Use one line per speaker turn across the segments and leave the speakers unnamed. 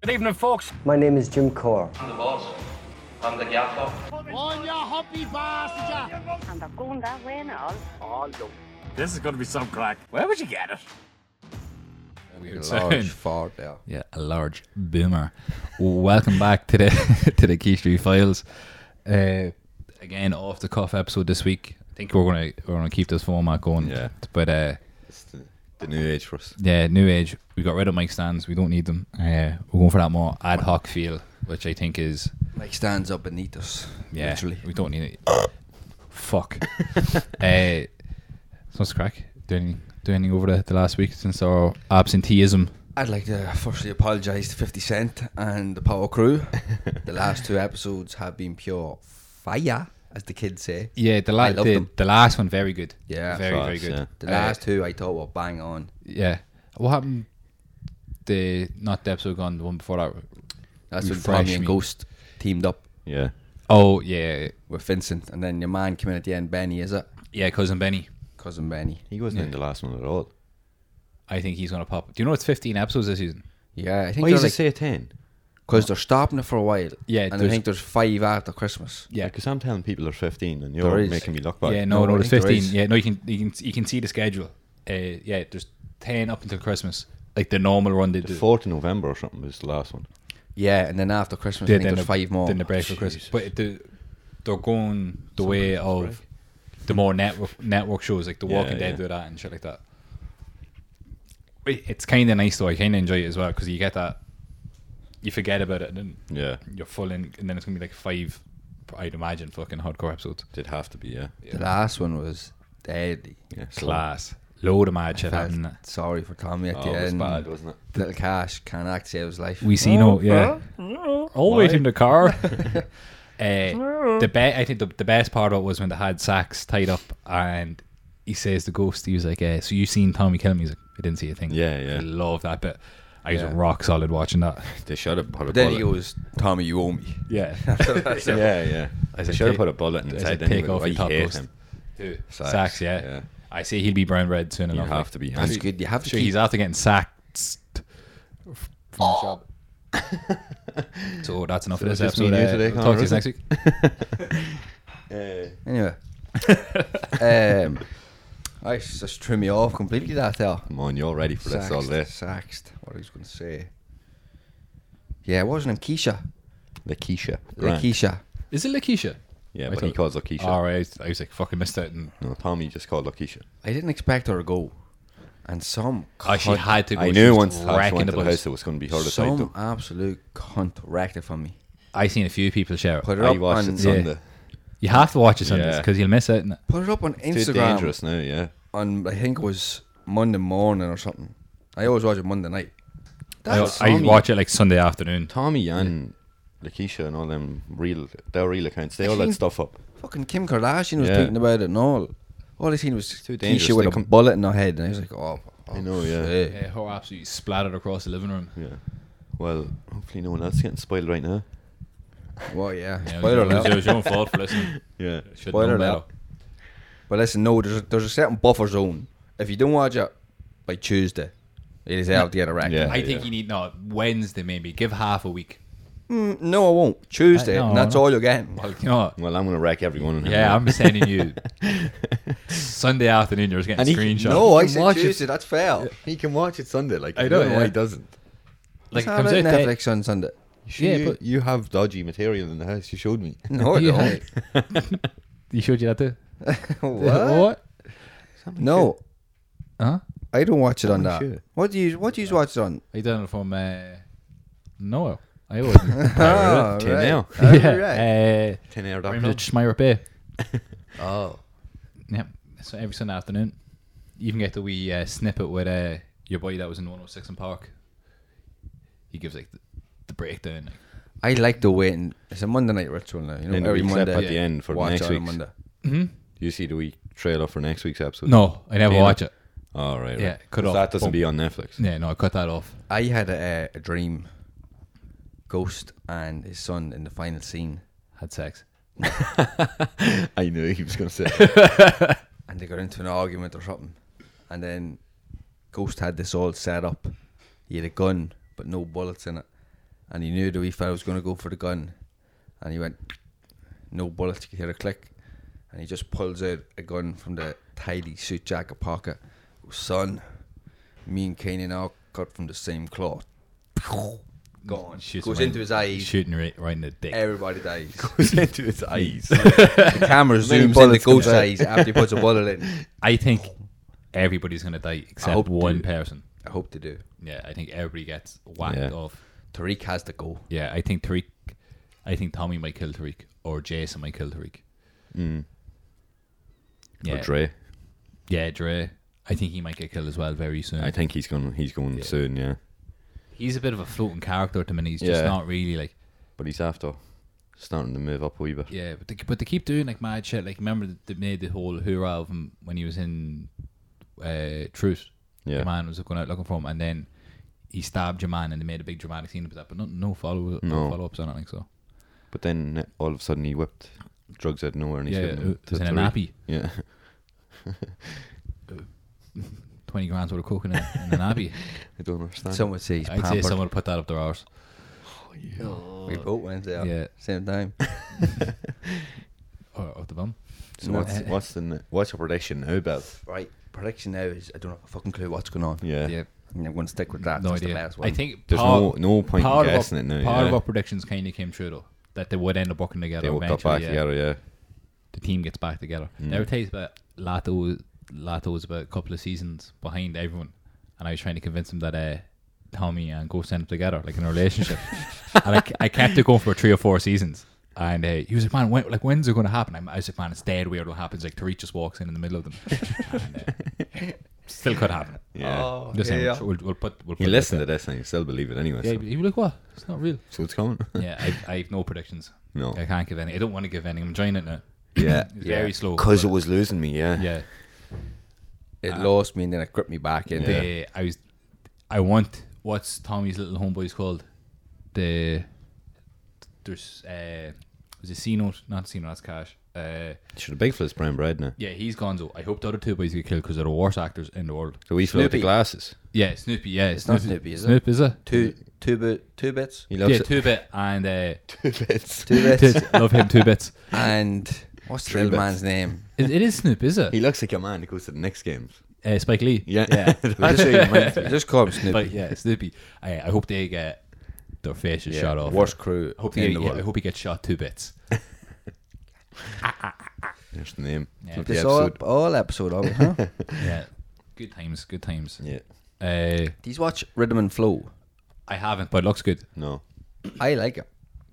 Good evening, folks.
My name is Jim Core.
I'm the boss. I'm the gaffer.
and they're going that way now.
This is going to be some crack. Where would you get it?
Weird
sound.
large fart there.
Yeah, a large boomer. Welcome back to the to the Key Street Files. Uh, again, off the cuff episode this week. I think we're gonna we're gonna keep this format going.
Yeah.
But uh,
It's the, the new age for us.
yeah, new age. We got rid of mic stands. We don't need them. Uh, we're going for that more ad hoc feel, which I think is
Mike stands up beneath us.
yeah.
Literally.
We don't need it. Fuck. uh, so what's the crack? Do anything, do anything over the, the last week since our absenteeism?
I'd like to firstly apologise to 50 Cent and the Power Crew. the last two episodes have been pure fire, as the kids say.
Yeah, the
I
last
love
the,
them.
the last one very good.
Yeah,
very very
Class,
good.
yeah.
The
Uh,
last two I thought were bang on.
Yeah. What happened? The not the episode gone, the one before that.
That's when
Refresh
Tommy and
me.
Ghost teamed up
Yeah.
Oh yeah,
with Vincent, and then your man came in at the end, Benny, is it?
yeah. Cousin Benny.
Cousin Benny.
He wasn't in the last one at all.
I think he's gonna pop. Do you know it's 15 episodes this season?
Yeah, I think
Why
they're
does it
like,
say 10?
because they're stopping it for a while.
Yeah,
and I
there's-
think there's five after Christmas.
Yeah.
Because I'm telling people they're 15 and
There
you're
is.
making me look back.
yeah, no,
no,
no,
I
there's
think there
15.
is.
yeah, no, you can you can you can see the schedule. Uh, yeah, there's 10 up until Christmas, like the normal run they
The
do.
4th of November or something was the last one.
Yeah, and then after Christmas,
Yeah,
I think there's
the,
five more.
Then the break for Christmas. But the, they're going the way of the more network network shows, like The
Yeah,
Walking Dead
yeah.
do that and shit like that. It- It's kind of nice though. I kind of enjoy it as well because you get that, you forget about it and then
Yeah.
you're full in, and then it's gonna be like five, I'd imagine, fucking hardcore episodes.
Did have to be, yeah.
The last one was deadly.
yeah so-
Class, load of mad shit
Felt
happening.
Sorry for Tommy at
Oh,
the
it was
end.
bad, wasn't it?
Little Cash can act save his life.
We see no, yeah. All wait in the car. uh, the be- I think the, the best part of it was when they had Sax tied up and he says the ghost. He was like, uh, "So you seen Tommy kill me?" He's like, "I didn't see a thing."
Yeah, yeah.
I love that bit. I was
Yeah.
rock solid watching that.
They should have put a
But then
bullet.
he goes, Tommy, you owe me.
Yeah,
yeah, yeah.
I
I
said
should have
take-
put a bullet in his
I said
head
take
anyway.
off
I
the top
hate
ghost.
him.
Sax,
Sax,
yeah.
yeah.
I say he'll be brown red soon
You
enough.
have to be.
That's
happy.
good. You have to
Sure,
keep
he's after getting sacked. From the job. so that's enough
So
of this
it's just me
episode.
and you
Uh,
today,
we'll talk
Conor,
to you
isn't
next week.
Anyway. um, I s- just trim me off completely that there.
Come on, you're ready for this all day.
Saxed. What I was going to say. Yeah, it wasn't him. Keisha.
Lakeisha.
Like
Grant.
Keisha.
Is it Lakeisha?
Yeah,
I
but he
thought-
calls her Keisha.
All right, I Oh, was like, fucking missed out. And
No, Tommy just called Lakeisha.
I didn't expect her to go. And some
oh, she had to. Go.
I
She
knew
was
once Hatch
wrecking
went
the
to the
bus.
house it was going to be her to fight
some
them.
absolute cunt wrecked it for me.
I seen a few people share it.
Put it
I
up
watched
on
it Sunday.
You have to watch it Sundays
Yeah.
because you'll miss out. innit?
put it up on
Too
Instagram
dangerous now, yeah.
on I think it was Monday morning or something. I always watch it Monday night.
I, I watch it like Sunday afternoon.
Tommy and Lakeisha and all them real, their real accounts, they all that stuff up.
Fucking Kim Kardashian was
Yeah.
tweeting about it and all. All I seen was
too dangerous.
Keisha with
They
a
com-
bullet in her head, and I was like, "Oh,
I know, yeah.
Yeah, her absolutely splattered across the living room.
Yeah. Well, hopefully no one else getting spoiled right now.
well, yeah."
Yeah, it was-
Spoiler
it was, it
alert.
was your own fault for listening.
Yeah.
Should've
Spoiler
known better.
alert. But listen, no, there's a, there's a certain buffer zone. If you don't watch it by Tuesday, it is out the other end.
Yeah.
I think you need no Wednesday maybe. Give half a week.
Mm, no, I won't. Tuesday,
Uh, no,
and that's
no.
all you're getting.
Well, you know,
Well, I'm going to wreck everyone. in here.
yeah, I'm sending you Sunday afternoon. You're just getting
And he-
screenshots.
no, I
You can
said
watch it.
Tuesday. That's fair.
He can watch it Sunday. Like
I know, yeah.
doesn't.
like it
It's
comes
out
out.
on
that-
Netflix on Sunday.
Yeah,
yeah,
but-
but you have dodgy material in the house. You showed me.
No, I
You
don't.
He showed you that too.
What? No,
Huh?
I don't watch it on
I'm
that.
sure.
What do you What do you watch it on?
Are you done from uh, Noel? I wasn't.
Oh,
Ten now.
Yeah.
yeah.
Ten hour
Uh,
doctor.
Rimlet Schmeier Bay.
Oh.
Yep. So every Sunday afternoon, you can get the wee uh, snippet with uh, your boy that was in 106 in Park. He gives like the, the breakdown.
I like the waiting. It's a Monday night ritual now. You know,
Then the
every
wee clip
Monday
at the end for
watch
next
it on a
week's.
Monday.
You see the wee trailer for next week's episode?
No, I never
Damn
watch it.
All right.
Yeah, cut off.
That doesn't
Boom.
be on Netflix.
Yeah, no, I cut that off.
I had a, uh, a dream. Ghost and his son in the final scene,
Had sex.
I knew he was going to say.
and they got into an argument or something, and then Ghost had this all set up. He had a gun, but no bullets in it, and he knew the wee fella was going to go for the gun, and he went, no bullets. You could hear a click, and he just pulls out a gun from the tidy suit jacket pocket. Son, me and Kanan are cut from the same cloth. Gone.
Shoots
Goes
him
into
right-
his eyes.
Shooting right, right in the dick.
Everybody dies.
Goes into his eyes.
The camera
many
zooms into
bullets come
Ghost's
out.
eyes after he puts a bullet in.
I think everybody's gonna die except
hope
one
to.
person.
I hope they do.
Yeah, I think everybody gets whacked
Yeah.
off.
Tariq has to go.
Yeah, I think Tariq. I think Tommy might kill Tariq or Jason might kill Tariq. Yeah,
Or Dre.
Yeah, Dre. I think he might get killed as well very soon.
I think he's going. He's going soon. Yeah,
he's a bit of a floating character at the minute. He's just
Yeah.
not really like
but he's after starting to move up a wee bit.
yeah. But they, but they keep doing like mad shit. Like remember th- they made the whole hoorah of him when he was in uh, Truth.
Yeah.
the man was going out looking for him, and then he stabbed your man, and they made a big dramatic scene about that. But no, no follow no.
No.
follow ups on it. Like so,
But then all of a sudden he whipped drugs out of nowhere and he's
Yeah,
giving them
it was
to
in a
Tariq.
nappy.
Yeah,
twenty grand's worth of coconut in an abbey.
I don't understand.
Someone says he's
I'd
pampered.
say someone put that up their arse.
We both went there.
Yeah.
Same time.
Or up the bum.
so what's
uh,
what's the ne- what's your prediction now, Bill?
right. Prediction now is I don't have a fucking clue what's going on.
Yeah.
Yeah.
And I'm going to stick with that.
No
That's the
idea.
last one.
I think
There's
part-
no- no point in
part of our-
guessing it now,
Part of
yeah.
our predictions kind of came true though, that they would end up working together.
They hooked up
eventually,
back
yeah.
together. Yeah,
The team gets back together.
Mm.
They were telling us about Lato. Lato was about a couple of seasons behind everyone, and I was trying to convince him that uh, Tommy and Ghost end up together, like in a relationship. and I, I kept it going for three or four seasons. And uh, he was like, "Man, when, like when's it going to happen?" I'm, I was like, "Man, it's dead weird what happens." Like Tariq just walks in in the middle of them. and, uh, still could happen.
yeah.
Oh,
Just saying,
yeah.
we'll, we'll put. We'll
he
put that
listened
there.
to this and he still believe it anyway.
Yeah,
so.
he was like, "What? It's not real."
so it's coming.
Yeah, I, I have no predictions.
No.
I can't give any. I don't want to give any. I'm enjoying it now.
yeah,
It's very slow.
Because it
but-
was losing me. Yeah,
yeah,
It
uh,
lost me and then it gripped me back in.
Yeah.
The- Uh, I was. I want what's Tommy's little homeboys called? The there's uh was it C note? Not C note. That's Cash. Uh,
Should a big fellow's brown bread now.
yeah, he's Gonzo. I hope the other two boys get killed because they're the worst actors in the world.
So we fell out the
Snoopy.
glasses.
Yeah, Snoopy. Yeah,
It's not Snoopy, is it?
Snoop is it?
Two, two, bit, two bits.
He
Yeah,
loves
two bit and uh,
it. Bits.
Two bits.
tit- love him two bits.
and what's the
Three
little man's
bits.
name?
It, it is Snoop, is
He
it?
looks like a man that goes to the next games.
Uh, Spike Lee.
Yeah,
Yeah.
That's who he reminds me.
just call him Snoopy.
But yeah, Snoopy. I, I hope they get their faces
Yeah,
shot off.
Worst crew
I hope
in
they,
the
yeah,
world.
I hope he gets shot two bits.
There's the name.
Yeah.
of the
This all,
episode.
all episode of it, huh?
yeah. Good times, good times.
Yeah.
Uh,
Do you watch Rhythm and Flow?
I haven't, but it looks good.
No.
I like it.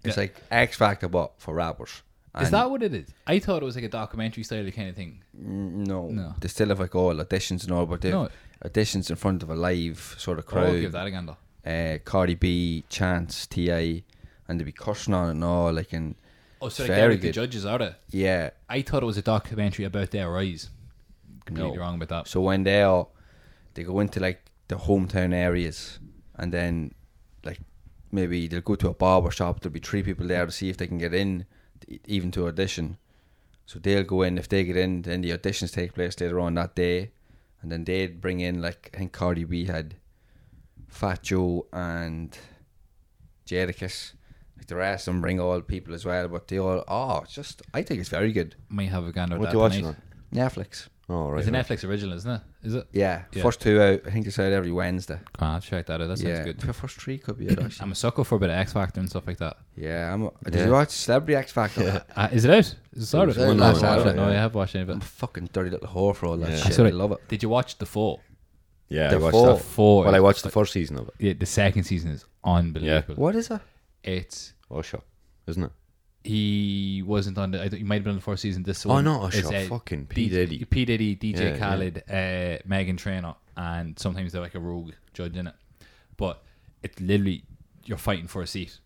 It's
Yeah.
like X Factor, but for rappers.
Is
And
that what it is? I thought it was like a documentary style kind of thing.
No,
No.
They still have like all auditions and all, but they
No.
have auditions in front of a live sort of
Oh,
crowd.
I'll give that a gander.
uh, Cardi B, Chance, Ti, and they be cursing on it and all. Like and
Oh, so
it's
like,
very
they're the
good.
judges are they?
Yeah.
I thought it was a documentary about their rise. Completely
No.
wrong about that.
So when they are, they go into like the hometown areas, and then like maybe they'll go to a barber shop. There'll be three people there to see if they can get in, e- even to audition. So they'll go in. If they get in, then the auditions take place later on that day, and then they'd bring in like I think Cardi B had Fat Joe and Jadakiss. Like the rest of them bring all people as well, but they all oh, it's just I think it's very good.
Might have a gander at
What
that
you watching
tonight.
on?
Netflix.
Oh, right.
It's a
right.
Netflix original, isn't it? Is it?
Yeah,
Yeah.
first two out. I think it's out every Wednesday.
Oh, I'll check that out. That sounds
yeah,
good.
F- first three could be out actually.
I'm a sucker for a bit of X Factor and stuff like that.
yeah, I'm. Did
Yeah.
you watch Celebrity X Factor?
Uh, is it out? Is it started?
out
No, I
last
haven't.
Saturday,
No, I
yeah.
have watched any of
I'm
it.
a fucking dirty little whore for all that
Yeah.
shit. I,
Sorry,
love it.
Did you watch The Fall?
Yeah,
The
I watched
Fall.
that.
Fall
Well, I
is-
watched the first season of it.
Yeah, the second season is unbelievable.
What is it?
It's
Osha, isn't it?
he wasn't on the. I think he might have been on the first season. This
Oh,
one
no,
is,
sure,
uh,
fucking P.
D-
Diddy.
P Diddy, DJ
Yeah, yeah.
Khaled, uh, Megan Trainor, and sometimes they're like a rogue judge in it. But it's literally you're fighting for a seat,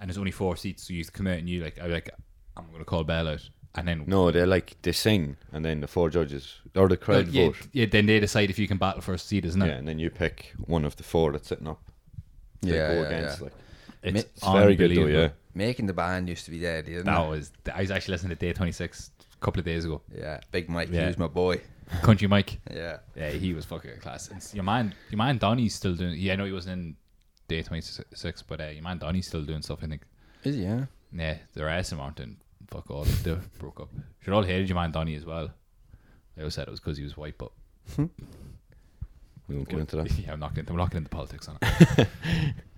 and there's only four seats, so you have to come out and you like, I like, I'm gonna call bailout, and then
No, they're like, they sing, and then the four judges, or the crowd
Oh, yeah,
vote.
yeah, then they decide if you can battle for a seat, isn't
Yeah,
it?
and then you pick one of the four that's sitting up. to
Yeah,
go
yeah,
against,
yeah.
like.
It's,
It's very good, though,
unbelievable.
yeah.
Making the band used to be dead, didn't
That
it?
was I was actually listening to Day 26 a couple of days ago.
Yeah, Big Mike,
Yeah.
he was my boy.
Country Mike.
Yeah,
Yeah, he was fucking a class. And your man, your man Donnie's still doing. Yeah, I know he wasn't in day twenty six. But uh, your man Donnie's still doing stuff. I think.
Is he, yeah?
Yeah, the rest of them aren't doing fuck all. They broke up. Should all hated your man Donnie as well. They always said it was because he was white, but
We won't get into that.
yeah, I'm not getting, I'm not getting into politics on it.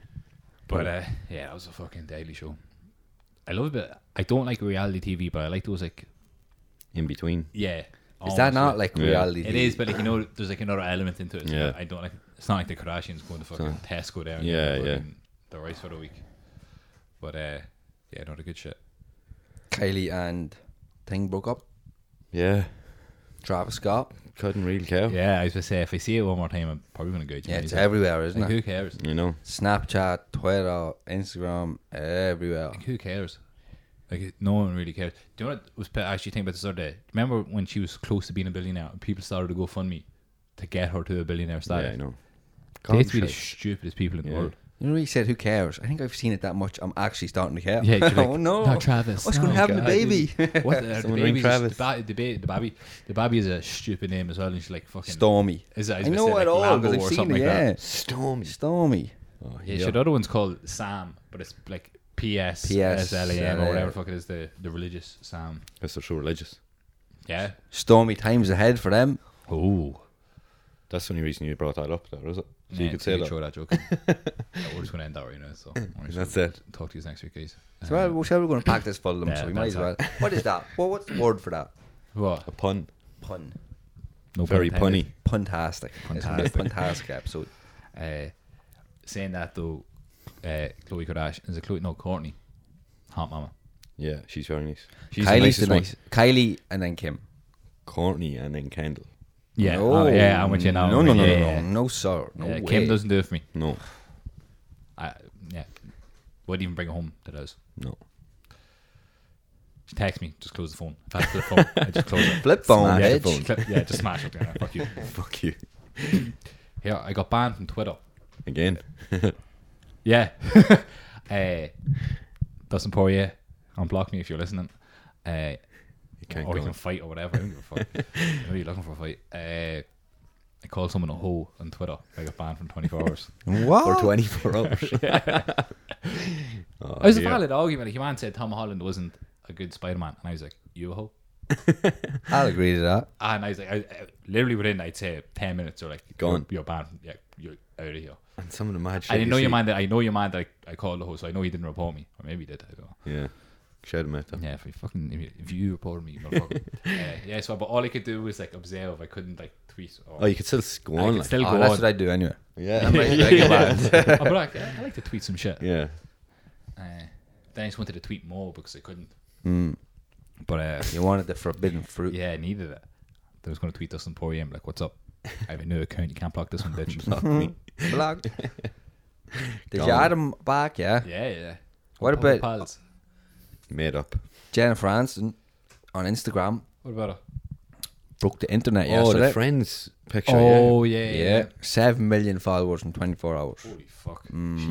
but uh, yeah, that was a fucking daily show. I love it. but I don't like reality TV, but I like those like
In between.
yeah.
Is that not
almost
like
Yeah.
reality?
it is? But like you know, there's like another element into it. So
Yeah.
I don't like. It's not like the Kardashians going to fucking Tesco down. and
Yeah, yeah.
fucking The rice for the week. But uh, yeah, not a good shit.
Kylie and Thing broke up.
Yeah.
Travis Scott.
Couldn't really care.
Yeah, I was gonna say if I see it one more time, I'm probably gonna go. to
Yeah,
Japanese.
it's everywhere, isn't
Like,
it?
who cares?
You know.
Snapchat, Twitter, Instagram, everywhere.
Like, who cares? Like it- no one really cares. Do you know what was pe- I actually thinking about this other day? Remember when she was close to being a billionaire and people started to go fund me to get her to a billionaire
Yeah,
status?
I know.
They used to be the
Conscious.
stupidest people in the world.
You know, he said, "Who cares?" I think I've seen it that much. I'm actually starting to care.
Yeah, you're like,
oh no,
"No, Travis,
what's
no,
going to happen to
God."
baby?
What the, the
Someone ring
baby's Travis.
Travis.
The, ba- the, ba- the baby, the baby is a stupid name as well, and she's like fucking
Stormy.
Is that- I
I
was gonna
know
say,
it
like,
all because
Lambo
I've
or
seen
something
it.
like
Yeah,
that.
Stormy.
Stormy.
Yeah, sure. The other one's called Sam, but it's like P S S L A M or
yeah.
whatever the fuck it is. The the religious Sam.
Because they're so religious.
Yeah.
Stormy times ahead for them.
Oh.
That's the only reason you brought that up, though, is it? So
Yeah,
you could say that.
Throw that joke. in. yeah, we're just going to end that right now. So I'm just
That's
gonna
it.
Talk to you next week, guys.
So well, we're sure we're going to pack this full of them,
Yeah,
so we might
that's
as well. What is that? What what's the word for that?
What?
A pun.
Pun.
No
Very
pun
punny.
intended.
Puntastic. It's gonna be a
Puntastic.
puntastic episode.
Uh, saying that though, uh, Chloe Kardashian is a Chloe no Courtney, hot mama.
Yeah, she's very nice. She's the
Kylie's
nicest
the
one.
nice. Kylie and then Kim.
Courtney and then Kendall.
Yeah, oh, yeah, I'm with you now.
No, no, no,
yeah,
no,
yeah.
no, no, sir. No
Yeah,
way.
Uh, Kim doesn't do it for me.
No,
I yeah, wouldn't even bring it home to those.
no.
She texts me, just close the phone. If I have to flip phone, I just close it.
flip phone,
Smash the
bitch.
phone.
Clip- yeah, just smash it. Yeah, fuck you.
Fuck you.
Here, I got banned from Twitter.
Again.
Yeah. uh, Dustin Poirier, unblock me if you're listening. Uh,
can't
or
go
you can
on.
fight or whatever. I don't give a fuck. I'm really looking for a fight. Uh, I called someone a hoe on Twitter. I got banned from 24 hours.
For
What?
24 hours.
it was a valid argument. Like, your man said Tom Holland wasn't a good Spider Man. And I was like, you a hoe?
I'll agree to that.
And I was Ah, like, I, I- literally within, I'd say 10 minutes or like,
Gone.
You're, you're banned. Yeah, you're out of here.
And some of the mad shit.
I didn't
you
know
see.
your man that I know your man that I, I called a hoe, so I know he didn't report me. Or maybe he did. I don't know.
Yeah. Shout him out. though.
Yeah, if you fucking if you- if you reported me, you motherfucker. uh, yeah, so but all I could do was like observe. I couldn't like tweet. Or,
Oh, you could still s- go
I
on.
could
Like.
still
Oh,
go
that's
on.
what I do anyway.
yeah.
I'm like, "Yeah, I like to tweet some shit.
yeah.
Uh, then I just wanted to tweet more because I couldn't.
Mm.
But uh,
You wanted the forbidden fruit.
yeah, I needed it. I was gonna tweet Dustin Poirier and be like, "What's up? I have a new account. You can't block this one, bitch."
Blocked. Did
Gone.
you add him back? Yeah.
yeah, yeah.
What
Couple
about-
pals?
Made up.
Jennifer Aniston on Instagram
What about her?
broke the internet
oh,
yesterday.
the friends picture.
Oh yeah, yeah.
yeah. seven million followers in 24 hours.
Holy fuck!
Mm.
yeah.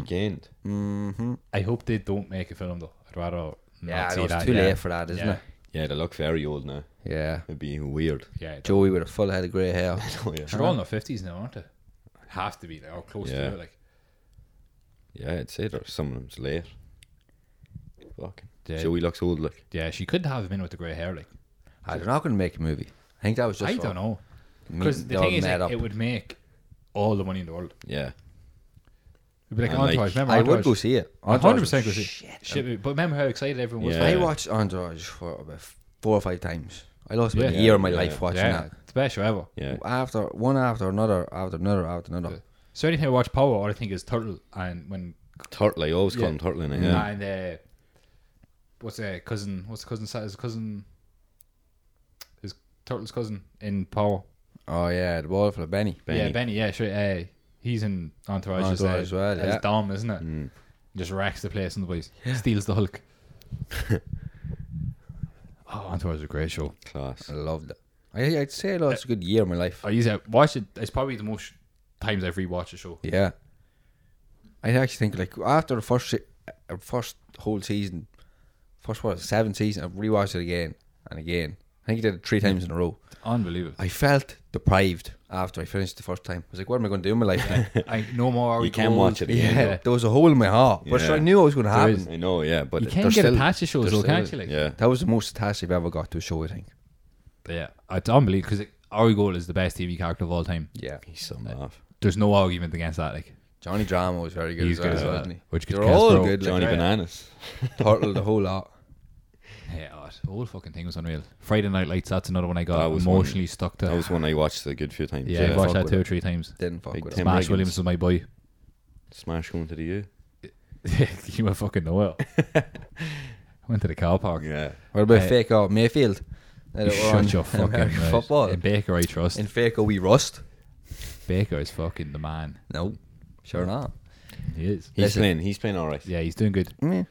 Mm.
She gained.
I hope they don't make a film though. I'd rather not
Yeah,
see
no, it's
that.
too
yeah.
late for that, isn't
Yeah.
it?
Yeah, they look very old now.
Yeah.
It'd be weird.
Yeah,
Joey with a full head of grey hair.
Oh, yeah.
They're all in their fifties now, aren't they? Have to be like, or close
Yeah.
to it. Like,
Yeah, I'd say there's some of them's late. Fucking.
Yeah.
Joey looks old, like.
yeah, she could have him in with the grey hair. Like,
Ah, They're not going to make a movie. I think that was just.
I
for
don't know
meeting-
because the
they all
thing is,
met
like,
up.
it would make all the money in the world.
Yeah.
It'd be like
And, like,
Entourage. remember,
I
Entourage?
would go see it.
One hundred percent go
Entourage
see.
was
Shit, but remember how excited everyone was.
Yeah.
for
I
it?
watched Entourage for about four or five times. I lost about
Yeah.
a year of my
Yeah.
life watching
yeah,
that.
it's the best show ever.
Yeah.
After one after another, after another, after another.
So anytime I watch Power, all I think is Turtle and when
Turtle. I always
Yeah.
call him Turtle. innit? Yeah.
and uh, what's uh, cousin? What's the cousin? His cousin, his Turtle's cousin in Power.
Oh yeah, the ball for the Benny.
Yeah,
Benny.
Benny. Yeah, sure. Uh, he's in Entourage, as,
Entourage
uh,
as well,
as
yeah.
Dom, isn't it?
Mm.
Just racks the place in the place. Steals the Hulk. oh, Entourage is a great show.
Class.
I loved it. I, I'd say I lost a good year of my life.
I use it. Oh, uh, Watch it. It's probably the most times I've rewatched a show.
Yeah, I actually think like after the first se- uh, first whole season, first what seven season, I rewatched it again and again I think he did it three times in a row.
Unbelievable.
I felt deprived after I finished the first time. I was like, what am I going to do in my life now?
I, no more.
You can watch it again.
yeah, there was a hole in my heart, which
Yeah.
I knew it was going to
though.
happen.
I know, yeah, but
You can
they're
get
still,
attached to shows,
they're
though,
still-
can't you? Like,
Yeah,
That was the most attached I've ever got to a show, I think.
yeah. It's unbelievable because Ari Gold is the best TV character of all time.
Yeah.
he's some off.
There's no argument against that. Like,
Johnny Drama was very good
He's
as well,
good as well.
wasn't he?
Which could
They're
cast
all
bro.
good.
Johnny
like,
Bananas.
Turtle, the whole lot.
yeah, oh, the whole fucking thing was unreal. Friday Night Lights. That's another one I got
That was
emotionally
one-
stuck to.
That was one I watched a good few times.
yeah, I've
fuck
watched that
with
two
it.
or three times.
Didn't fuck
Big
with
Tim.
him.
Smash
Riggins.
Williams was my boy.
Smash going to the U.
you were fucking know well. Went to the car park.
Yeah,
What about
Uh,
Fake Out Mayfield? Now
You
that we're on
Shut your fucking
American
mouth.
football.
In Baker, I trust.
In Fake Out, we rust.
Baker is fucking the man.
No, sure not.
He is.
he's
Listen.
playing. He's playing all right.
Yeah, he's doing good.
Mm.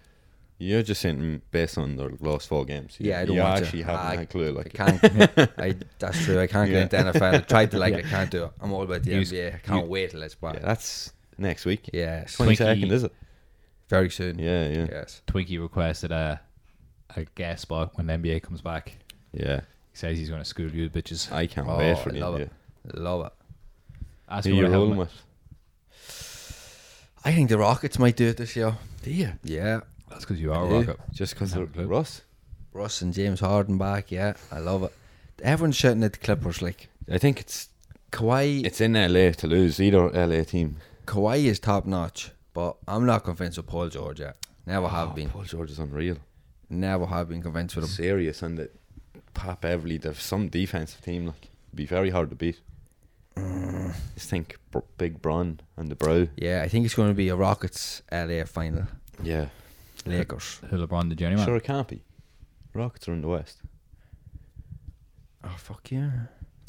You're just saying mm, based on their last four games.
Yeah, I don't
you
want
actually
to.
haven't
I,
had a clue.
I
Like,
can't. I, that's true. I can't
Yeah.
get into NFL. I tried to like. it, I can't do it. I'm all about the
You-
NBA. I can't wait till it's back.
yeah, that's next week.
yes,
Twenty
Twinkie.
second, is it?
very soon.
Yeah, yeah, yeah.
Yes.
Twinkie requested a a guest spot when the NBA comes back. He says he's going to school you bitches.
I can't
Oh,
wait for
I
the
love
India.
it. Love it.
Ask
Who
me
you
what I have
rolling
my-
with?
I think the Rockets might do it this year.
Do you?
Yeah.
That's because you are a
Yeah.
rocket.
Just because
Haven't
they're
a clue.
Russ.
Russ and James Harden back. Yeah, I love it. Everyone's shouting at the Clippers like
I think it's
Kawhi.
it's in LA to lose either LA team.
Kawhi is top notch, but I'm not convinced with Paul George yet. Never have been.
Oh, Paul George is unreal.
Never have been convinced with him.
Serious and that Pop Everly. They're some defensive team. Like, be very hard to beat.
Mm.
Just think Br- Big Bron and the Brow.
Yeah, I think it's going to be a Rockets LA final.
Yeah,
Lakers.
Who LeBron the journeyman?
sure it can't be. Rockets are in the West.
Oh fuck yeah! Mm,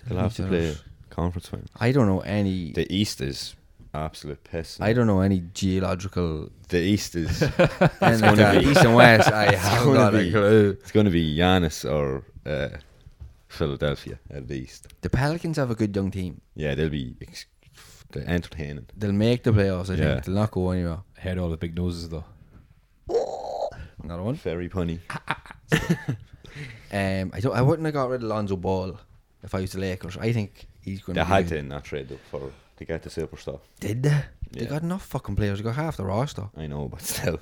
They'll have to play conference final.
I don't know any.
The East is absolute piss.
I don't know any geological.
The East is
It's
gonna be-
East and West. I
It's
haven't
gonna
got a
be-
clue.
it's going to be Giannis or uh, Philadelphia at the East.
The Pelicans have a good young team.
Yeah, they'll be ex- they're entertaining.
They'll make the playoffs. I
Yeah.
think they'll not go anywhere.
Heard all the big noses though.
Another one.
Very punny.
Um, I don't. I wouldn't have got rid of Lonzo Ball if I was the Lakers. I think he's going.
They
to be
had
good.
to in that trade though for to get the superstar.
Did they? They
Yeah.
got enough fucking players. They got half the roster.
I know, but still,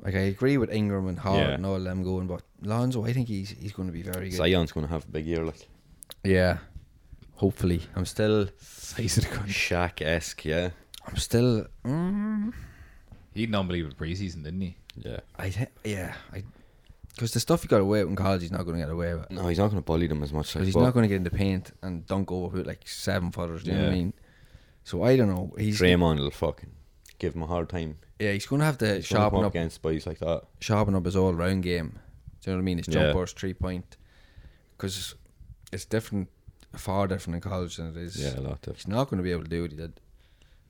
Like I agree with Ingram and Hard
Yeah.
and all them going, but Lonzo, I think he's he's going to be very good.
Zion's going to have a big year. Like
Yeah. Hopefully, I'm still.
Size of the country.
Shaq esque, yeah,
I'm still. Mm,
He had an unbelievable preseason, didn't he?
yeah.
I think. Yeah. I. Because the stuff you got away with in college, he's not going to get away with.
No, he's not going to bully them as much. Like,
Because he's
but
not going to get in the paint and dunk over with like seven footers. Do you know what I
Yeah.
mean? So I don't know. He's
Draymond will fucking give him a hard time.
yeah. He's going to have to
He's gonna come
sharpen
up
up,
against boys like that.
sharpen up his all round game. Do you know what I mean? His
Yeah.
jumpers, three point. Because it's different, far different in college than it is.
Yeah, a lot of.
He's not going to be able to do what he did.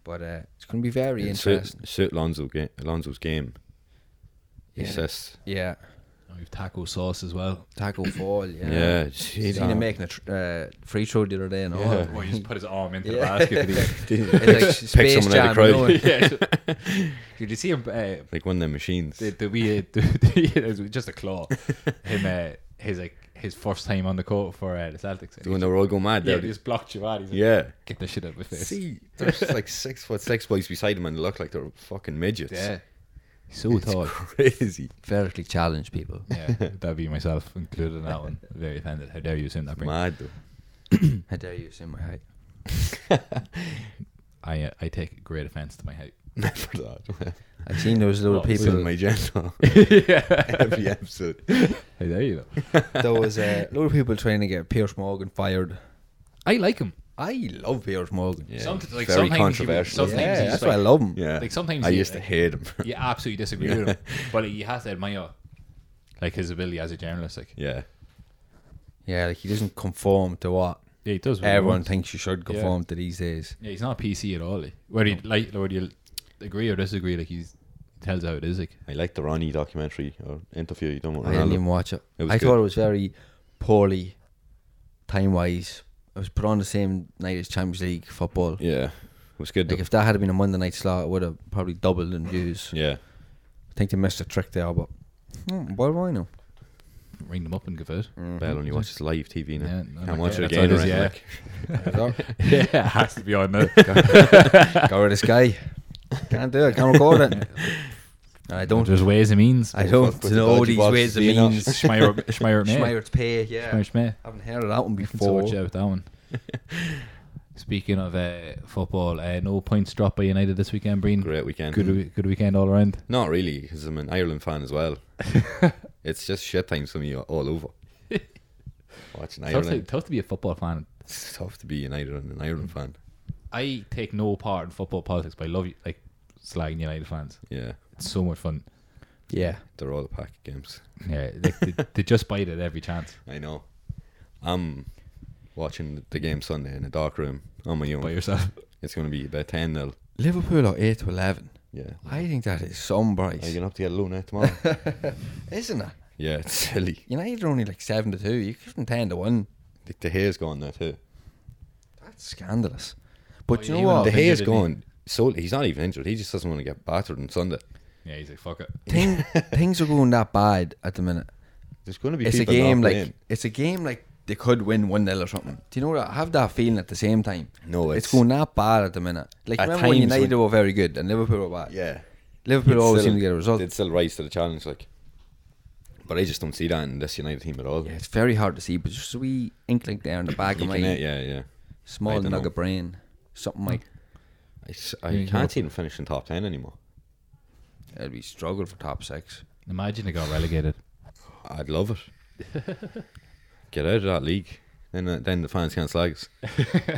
But uh, it's going to be very
And
interesting.
Suit, suit Lonzo ga- Lonzo's game.
Yeah.
Assists.
Yeah.
Oh, we've taco sauce as well.
Taco fall. Yeah.
Yeah, ah.
He's
she's
seen him making a tr- uh, free throw the other day and all.
Yeah.
Well, he just put his arm into
Yeah.
the basket. Did
It's like
pick
Space
someone out of
Jam.
the
you know
crowd.
it.
yeah. Did you see him? Uh,
like one of the machines.
the, the wee, uh, the, the, it was just a claw. Him, uh, his like his first time on the court for uh, the Celtics.
when they were all going mad,
yeah,
yeah,
he just blocked you out. He's like,
yeah.
get the shit out of my face.
See, there's just like six foot six boys beside him, and they look like they're fucking midgets.
yeah, he's so tall.
crazy.
Vertically challenged people.
yeah, that'd be myself included in that one. Very offended. How dare you assume that? Brings.
Mad though.
How dare you assume my height?
I uh, I take great offense to my height.
Never that.
I've seen those little
Well,
People
people.
Oh, in my gender. Every episode.
How dare you? Though?
there was a uh, lot of people trying to get Pierce Morgan fired.
I like him.
I love Pierce Morgan.
Yeah,
Somet-
he's
like,
very
sometimes he-
controversial.
sometimes
Yeah,
he's
that's
like-
why I love him.
yeah,
like, sometimes
I
he-
used to hate him.
You absolutely disagree with him, but you have to admire like his ability as a journalist. Like,
yeah,
Yeah, like he doesn't conform to what
yeah, he does.
everyone thinks you should conform to these days.
Yeah, he's not PC at all. Like. Whether you like, whether you agree or disagree, like he's tells how it is. Like,
I like the Ronnie documentary or interview. You don't want
I didn't even
Ronaldo.
watch it.
It was
I
good.
thought it was very poorly time wise. It was put on the same night as Champions League football.
Yeah, it was good.
Like
though.
if that had been a Monday night slot, it would have probably doubled in views.
yeah,
I think they missed a trick there, but hmm, what do I know?
ring them up and give out.
Mm-hmm. Mhm.
Bell only watches live TV now.
Yeah,
Yeah,
no,
Can't
like,
watch
yeah,
it
that's how
again.
it
Or
is,
anything,
yeah.
like.
yeah, it has to be on now.
Go with this guy. Can't do it. Can't record it. I don't.
There's ways and means.
I
fuck
don't
with the
know
dodgy
these
boxes
ways of
being off.
means.
Schmeyer, Schmeyer, Schmeyer,
Schmeyer's pay, yeah.
Schmeyer, Schmeyer.
I haven't heard of that one
I can sort you
before.
out that one. Speaking of uh, football, uh, no points dropped by United this weekend, Breen.
Great weekend.
Good, we- good weekend all around.
Not really, because I'm an Ireland fan as well. it's just shit times for me all over. Watching
Tough to,
Ireland,
tough to be a football fan.
it's tough to be an Ireland an Ireland fan.
I take no part in football politics, but I love you, like slagging United fans.
Yeah,
It's so much fun.
Yeah.
they're all a pack of games.
Yeah, like, they, they just bite at every chance
I know. I'm watching the game Sunday in a dark room on my
by
own.
yourself.
It's going to be about ten 0
Liverpool are 8 to 11.
Yeah.
I think that is some
Are you
price.
gonna have to get a loan out tomorrow?
Isn't it?
yeah, it's silly.
United are only like 7 to 2. You give them 10 to 1.
The, the hair's gone now too.
That's scandalous. But
Oh,
you
yeah,
know
even
what?
The
injured,
hair's
isn't he?
gone. So he's not even injured. He just doesn't want to get battered on Sunday.
Yeah, he's like, fuck it.
Thing, things are going that bad at the minute.
There's going to be
It's a
people not
game like
playing.
it's a game like they could win one 0 or something. Do you know what? I have that feeling at the same time.
No,
it's,
it's-
going that bad at the minute. Like
At
remember when
times
United
when-
were very good and Liverpool were bad.
yeah.
Liverpool
They'd
always
still-
seem to get a result.
They'd still rise to the challenge, like. But I just don't see that in this United team at all.
Yeah, it's very hard to see, but just a wee inkling there in the back
You
of my
can- yeah, yeah. I
small
dunno.
nugget brain. Something like
I, s- I
Yeah,
can't see them finishing top ten anymore.
it'd be struggle for top six.
Imagine they got relegated.
I'd love it. Get out of that league. Then, uh, then the fans can't slag us.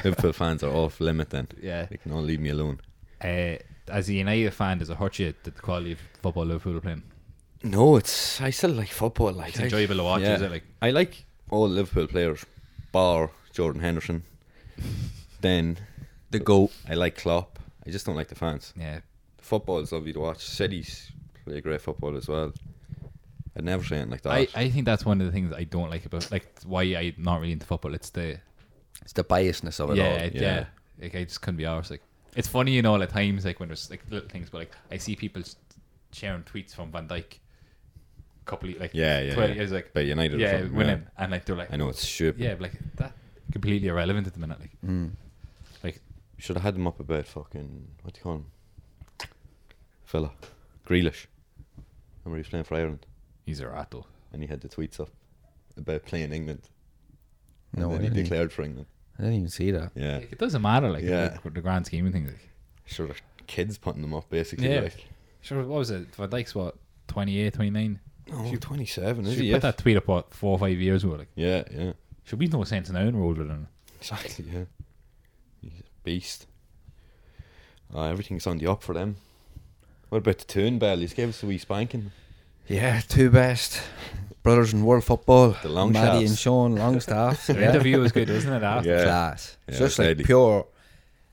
Liverpool fans are off limit then.
Yeah.
They can all leave me alone.
Uh, as a United fan, does it hurt you that the quality of football Liverpool are playing?
No, it's I still like football. Like
It's enjoyable to watch, is it? Like-
I like all Liverpool players, bar Jordan Henderson. then
The goat.
I like Klopp. I just don't like the fans.
Yeah,
Football is lovely to watch. Cities play great football as well. I'd never say anything like that.
I, I think that's one of the things I don't like about like why I'm not really into football. It's the
It's the biasness of it
yeah,
all.
it- yeah
yeah.
Like I just couldn't be ours. Like it's funny, you know, all the times like when there's like little things, but like I see people s- sharing tweets from Van Dyke. Couple of, like
Yeah, yeah,
12
yeah.
years, like
But United or
yeah
something,
winning
yeah.
and like they're like
I know it's stupid.
yeah but, like that completely irrelevant at the minute like
Hmm.
like
Should have had them up about fucking what do you call him? Fella, Grealish. Remember he was playing for Ireland
he's a rat though.
and he had the tweets up about playing England. And
No, I
then he
didn't, even-
declared for England.
I didn't even see that.
Yeah,
Like, it doesn't matter like
Yeah.
the, the grand scheme of things. Like,
sure. Kids putting them up basically.
Yeah.
Like,
sure, what was it? Van Dyke's what 28, 29?
oh, 27, is
Should
he?
put that tweet up what four or five years ago. Like
Yeah, yeah.
should be no sense now and older than.
Exactly, yeah. He's a beast. Uh, everything's on the up for them. What about the Turnbell? He's gave us a wee spanking.
Yeah, two best brothers in world football.
The long
Maddie
shafts.
and Sean Longstaff.
The interview was good, wasn't it? After?
Class.
Yeah,
It's just
it's
like
deadly.
pure,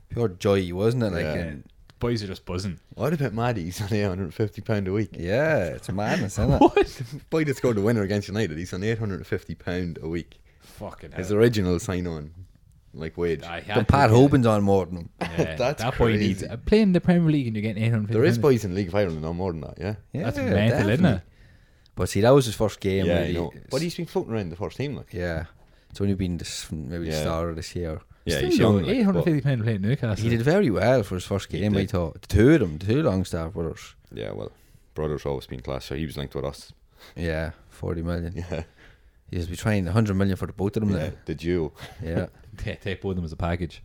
pure joy, wasn't it? Like,
Yeah.
and-
Boys are just buzzing.
What about Maddie? He's on eight hundred and fifty pound a week.
yeah, it's madness, isn't it?
What?
Boy that scored the winner against United, he's on eight hundred and fifty pound a week.
Fucking
His
hell.
original sign on. Like wage.
I had
But
to
Pat
get it.
Hoban's on more than him.
Yeah,
That's
that boy
crazy.
needs uh, playing the Premier League and you're getting 850.
there is boys in League of Ireland on more than that, yeah?
Yeah,
That's mental, isn't it?
definitely. But see, that was his first game.
Yeah,
really.
you know. But he's been floating around the first team like.
yeah, it's only been this maybe the
Yeah.
start of this year.
Yeah,
Still
he's young.
though,
like, but
850 pound playing Newcastle.
He did very well for his first game. I
did.
thought the two of them, the two Longstaff brothers.
yeah, well, brother's always been class, so he was linked with us.
Yeah, forty million.
Yeah.
He's be trying hundred million for the both of them.
Yeah.
now.
The duo.
yeah.
Ta- take both of them as a package.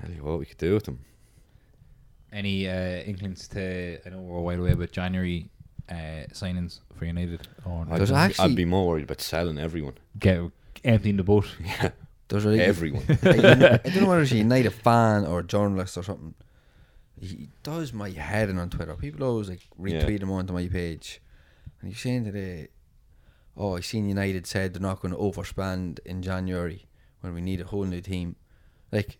Tell you what we could do with them.
Any uh, inklings to? I know we're a while away, but January uh, signings for United or
I'd,
There's
be-
actually-
I'd be more worried about selling everyone.
get emptying the boat.
There's a-
Everyone.
I don't know- I don't know whether he's a United fan or a journalist or something. He does my head in on Twitter. People always like
Yeah.
retweet him onto my page. And he's saying today, Oh, I seen United said they're not gonna overspend in January when we need a whole new team. Like,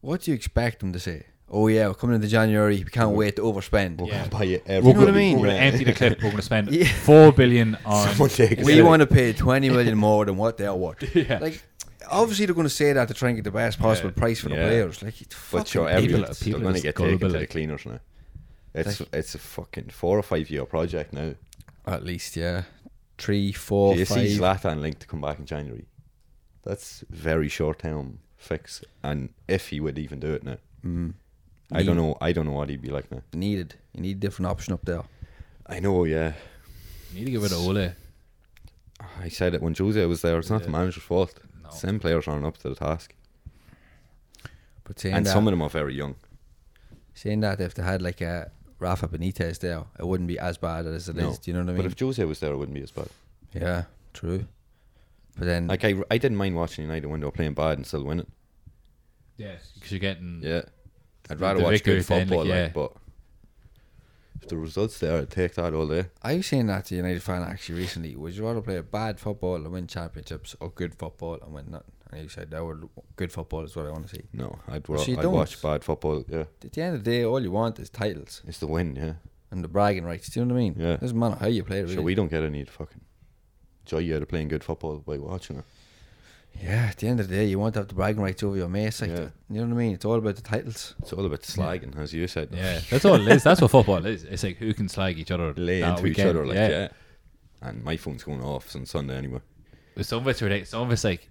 what do you expect them to say? Oh yeah, we're coming into January, we can't wait to overspend.
We're gonna buy you
You know what I
everybody.
mean?
We're
Yeah.
gonna empty the clip. We're gonna spend
Yeah.
four billion on.
Someone take us
We
out.
want to pay twenty million more than what they're worth.
Yeah.
Like obviously they're gonna say that to try and get the best possible price for
Yeah.
the players. Like it's
But
fucking
sure,
people
everyone,
are-
people,
people are
going to
just
get taken
gullible,
to the
like-
cleaners now. It's it's a fucking four or five year project now.
At least, yeah. three, four,
you see
five.
Zlatan linked to come back in January. That's very short term fix, and if he would even do it now, I don't know. I don't know what he'd be like now.
Needed. You need a different option up there.
I know, yeah.
need to get rid of Ole.
I said it when Jose was there. It's not the manager's fault. Some players aren't up to the task,
But saying
and
that,
some of them are very young.
saying that, if they had like a Rafa Benitez there, it wouldn't be as bad as it is.
No.
Do you know what I mean?
But if Jose was there, it wouldn't be as bad.
yeah, true. But then,
Like I, I didn't mind watching United when they were playing bad and still winning.
Yeah, because you're getting
Yeah, I'd
The-
rather
the
watch
victory
good
at the end, like,
football, like,
yeah.
but if the results there, I'd take that all day.
I was saying that to a United fan actually recently. Would you rather play bad football and win championships, or good football and win nothing? And he said, "That would good football is what I want to see."
No, I'd,
Well,
wa-
she
I'd
don't.
watch bad football. Yeah,
At the end of the day, all you want is titles
it's the win. Yeah.
and the bragging rights. Do you know what I mean?
Yeah.
Doesn't matter how you play, really.
So we don't get any fucking joy out of playing good football by watching it.
Yeah. At the end of the day, you want to have the bragging rights over your mates. Like,
Yeah.
you know what I mean? It's all about the titles.
It's all about slagging, as you said.
Yeah, that's all it is. That's what football is. It's like who can slag each other,
Lay
that
into each
weekend.
other like yeah. And my phone's going off since Sunday anyway.
But Some of it's ridiculous. Some of it's like,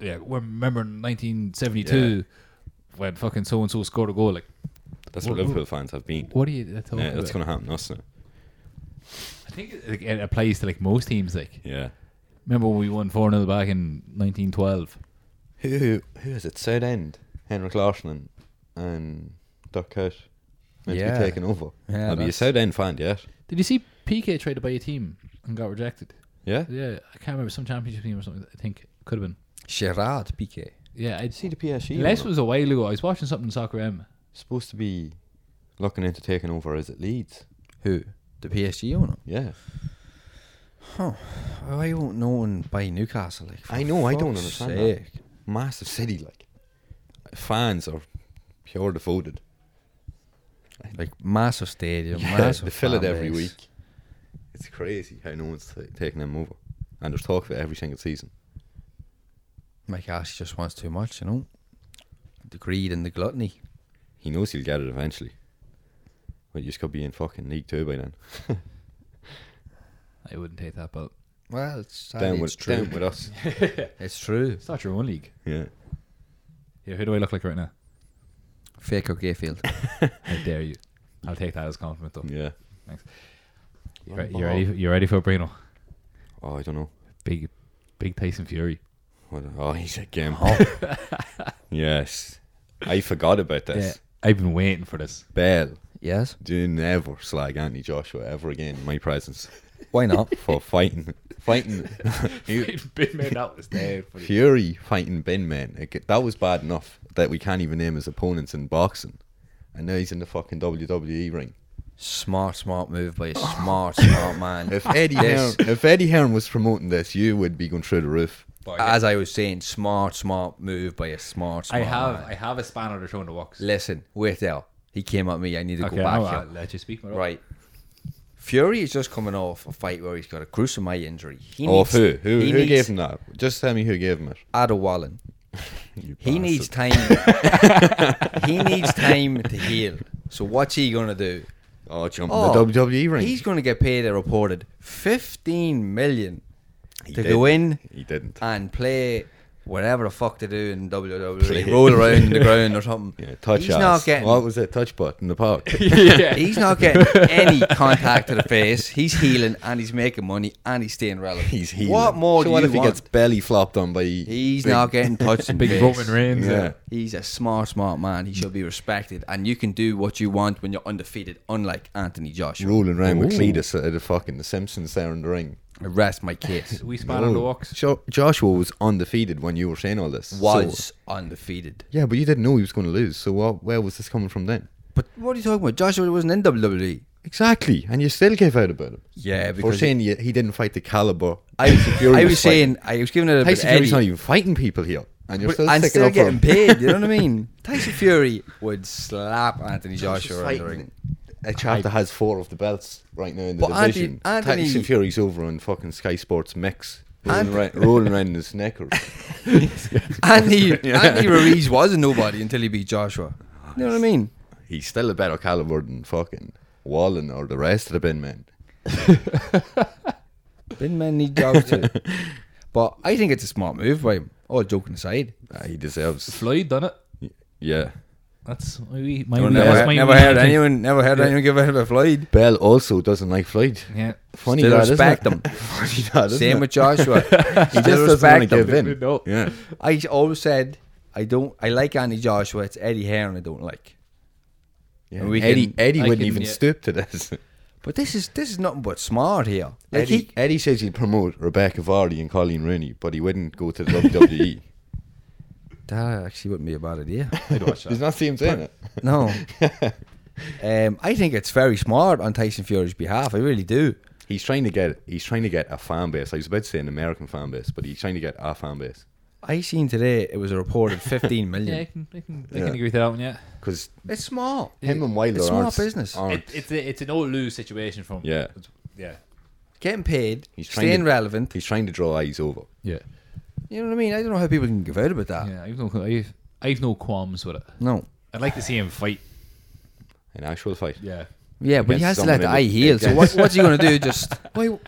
yeah, we remember in 1972 when fucking so and so scored a goal. Like,
That's what
Well,
Liverpool fans have been.
what are you that's all
Yeah, that's
about?
going to happen us now.
I think it, like, it applies to like most teams. Like,
Yeah.
remember when we won four 0 back in 1912?
Who who is it? South End, Henrik Larsson and, and Doc Couch. Meant to
Yeah.
be taken over.
Yeah,
I'll be a
that's-
South End fan, yes.
Did you see PK tried to buy a team and got rejected?
Yeah?
Yeah, I can't remember some championship team or something. I think could have been.
Gerard Piqué.
Yeah, I'd
See the PSG.
Les
one.
was a while ago. I was watching something in Soccer M.
supposed to be looking into taking over as it leads.
Who? The PSG owner.
Yeah.
Oh, I won't know and buy Newcastle. Like, for
I know, I don't
fuck's
understand
sake.
that. Massive city, like. Fans are pure devoted.
Like massive stadium,
Yeah,
massive.
they fill it
fan
every
base.
week. It's crazy how no one's t- taking them over. And there's talk of it every single season.
Mike Ashley just wants too much, you know. The greed and the gluttony.
He knows he'll get it eventually. But you just could be in fucking League Two by then.
I wouldn't take that belt.
Well, it's, sadly,
Down
it's
with,
true.
down with us.
It's true.
It's not your own league.
yeah.
Yeah, who do I look like right now?
Fake or Gayfield.
How dare you? I'll take that as a compliment though.
Yeah.
You, re- you ready? You ready for Bruno?
Oh, I don't know.
Big, big Tyson Fury.
What oh, he's a game.
Oh.
yes. I forgot about this.
I've been waiting for this.
Bell,
yes.
do never slag Anthony Joshua ever again in my presence
Why not?
for fighting. Fighting.
been made out this day. for the-
Fury fighting bin men. It get- That was bad enough that we can't even name his opponents in boxing. And now he's in the fucking WWE ring.
smart, smart move by a smart, smart man.
Oh. If Eddie Hearn,
Yes.
if Eddie Hearn was promoting this, you would be going through the roof.
As I was saying, smart, smart move by a smart,
I
smart
have,
man.
I have a spanner to show in the box.
Listen, wait there. He came at me. I need to
okay,
go
I'll,
back
I'll
here.
let you speak. Right.
Right. Fury is just coming off a fight where he's got a gruesome eye injury. He
Off who? Who,
he
who
needs-
gave him that? Just tell me who gave him it.
Ada Wallen.
You
He
bastard.
needs time. he needs time to heal. So what's he gonna do?
Oh, jump in the WWE ring.
He's gonna get paid a reported fifteen million
He
to
didn't.
go in
He didn't.
and play whatever the fuck they do in WWE.
Play.
Roll around the ground or something.
Yeah, touch
he's
ass.
not getting.
What was it? Touch butt in the park.
He's not getting any contact to the face. He's healing and he's making money and he's staying relevant.
he's healing.
What more
so
do
what
you
if
want?
he gets belly flopped on by?
he's not getting touched. in the face.
Big Roman Reigns.
Yeah.
He's a smart, smart man. He should be respected, and you can do what you want when you're undefeated. Unlike Anthony Joshua,
rolling around with Cletus at the fucking The Simpsons there in the ring.
arrest my case.
We spanner the
Oh,
box.
Jo- Joshua was undefeated when you were saying all this.
Was
So-
undefeated.
yeah, but you didn't know he was going to lose. So what, where was this coming from then?
But what are you talking about? Joshua wasn't in E. WWE.
Exactly, and you still gave out about him.
Yeah,
For
because
saying he, he didn't fight the caliber.
I,
Fury
I was
fighting.
saying I was giving it a bit
Tyson
Eddie,
Fury's not even fighting people here, and you're
but-
still
and
sticking
still
up for
getting
him.
paid. You know what I mean? Tyson Fury would slap Anthony
Just
Joshua in the
fighting
ring.
A chap that has four of the belts right now in the
But Anthony-
division.
Anthony-
Tyson Fury's over on fucking Sky Sports Mix, rolling,
Anthony-
around, rolling around in his knickers.
Andy Andy Ruiz was a nobody until he beat Joshua. You know what I mean?
He's still a better caliber than fucking Wallen or the rest of the bin men.
But Been many jobs too. But I think it's a smart move by him. All joking aside.
Ah, he deserves.
Floyd done it.
Yeah.
That's my wee- my
Well,
wee-
never
that's my
never
wee
heard
thing.
anyone never heard anyone give a hell about Floyd.
Bell also doesn't like Floyd.
Yeah.
Funny
Still
that, isn't
respect
it?
him.
Funny that, isn't
Same
it?
with Joshua. he
He just doesn't want to give in.
No.
Yeah.
I always said I don't I like Andy Joshua, it's Eddie Hearn I don't like.
yeah.
And we
Eddie,
can-
Eddie
I
wouldn't
can,
even
yeah.
stoop to this.
But this is this is nothing but smart here. Like
Eddie,
he
Eddie says he'd promote Rebecca Vardy and Colleen Rooney, but he wouldn't go to the E. WWE.
that actually wouldn't be a bad idea.
There's not seems in it.
No. um, I think it's very smart on Tyson Fury's behalf. I really do.
He's trying to get he's trying to get a fan base. I was about to say an American fan base, but he's trying to get a fan base
I seen today it was a reported 15
Yeah, I
million.
can, I can, I
Yeah.
can agree with that one. Yeah,
because
It's small.
him and Wilder
it's small
aren't,
business.
aren't-
it, it's a, it's an all lose situation from.
Yeah.
yeah,
Getting paid,
He's trying
staying
to-
relevant.
he's trying to draw eyes over.
yeah,
You know what I mean? I don't know how people can give out about that.
yeah. I've no, I've, I've no qualms with it.
No.
I'd like to see him fight.
An actual fight.
Yeah,
Yeah, but he
Against
has to let the
someone
eye
who-
heal. So what,
against-
what's he going to do? Just
Why?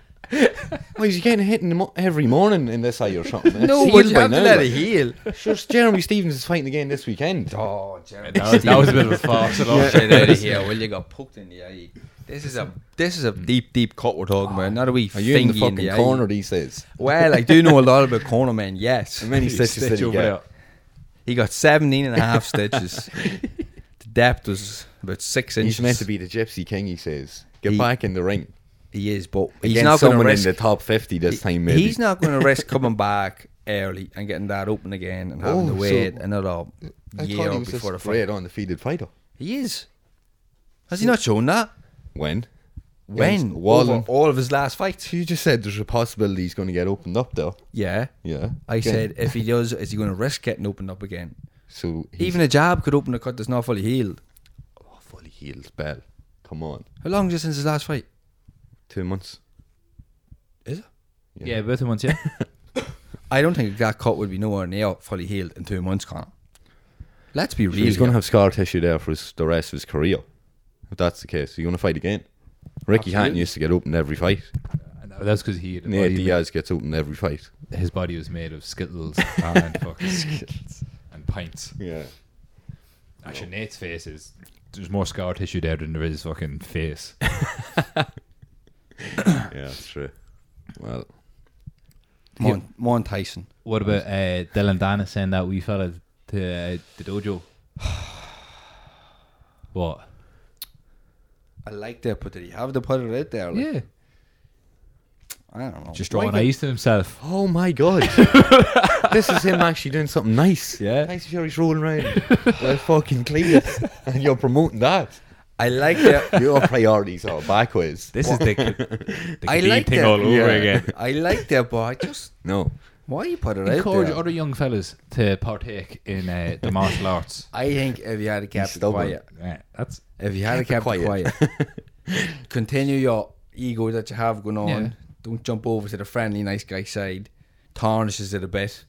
Why is he getting hit in the mo- every morning in this eye or something? It's
no,
healed
but you
by
have to
now,
let
like.
it heal.
Sure, Jeremy Stevens is fighting again this weekend.
Oh, Jeremy,
that was, that was a bit of a farce. and all.
get out of here! Will you got poked in the eye? This is a this is a deep deep cut we're talking about. Not a wee
Are you in the
thingy
fucking
eye.
corner these days?
Well, I do know a lot about corner men. Yes,
How many stitches did he
over
get?
He got 17 and a half stitches. The depth was about six inches.
He's meant to be the Gypsy King, he says. Get
He-
back in the ring.
He is, but he's
Against
not going to
someone
risk.
in the top 50 this time, maybe.
He's not going to risk coming back early and getting that open again and having to
Oh, so-
wait another
I
year
thought he was
before the
this
fight.
great undefeated fighter.
He is. Has he not shown that?
When?
When?
Against Wallen.
Over all of his last fights.
So you just said there's a possibility he's going to get opened up, though.
Yeah.
Yeah.
I
Okay.
said, if he does, is he going to risk getting opened up again?
So he's
Even a jab could open a cut that's not fully healed.
oh, fully healed, Bell. Come on.
How long is it since his last fight?
Two months.
Is it?
Yeah, both at once. Yeah,
I don't think that cut would be nowhere near fully healed in two months, Connor. Let's be real.
he's going
here.
to have scar tissue there for his, the rest of his career. If that's the case, he's going to fight again. Ricky Hatton used to get opened every fight.
And that- that's because he had a
Nate
body
Diaz gets opened every fight.
ma- his body was made of skittles and fucking and pints.
Yeah.
Actually, Nate's face is there's more scar tissue there than there is fucking face.
yeah, that's true. Well,
Mon, Mon Tyson.
What about uh, Dylan Dana saying that we fella to uh, the dojo? what?
I like that, but did he have to put it out there? Like,
Yeah,
I don't know.
just drawing
Why
eyes to himself.
Oh my god. this is him actually doing something nice.
Yeah.
Nice Fury's rolling around with fucking clean. And you're promoting that.
get- I like that.
Your priorities are backwards.
This is the, the
I
Khabib
like
thing
that.
all over
Yeah.
again.
I like that, but I just
No.
why you put it out
Encourage
there?
other young fellas to partake in uh, the martial arts.
I think if you had a kept it
stubborn.
quiet,
Yeah, that's
if you had a kept it quiet, continue your ego that you have going on.
Yeah.
Don't jump over to the friendly, nice guy side. Tarnishes it a bit.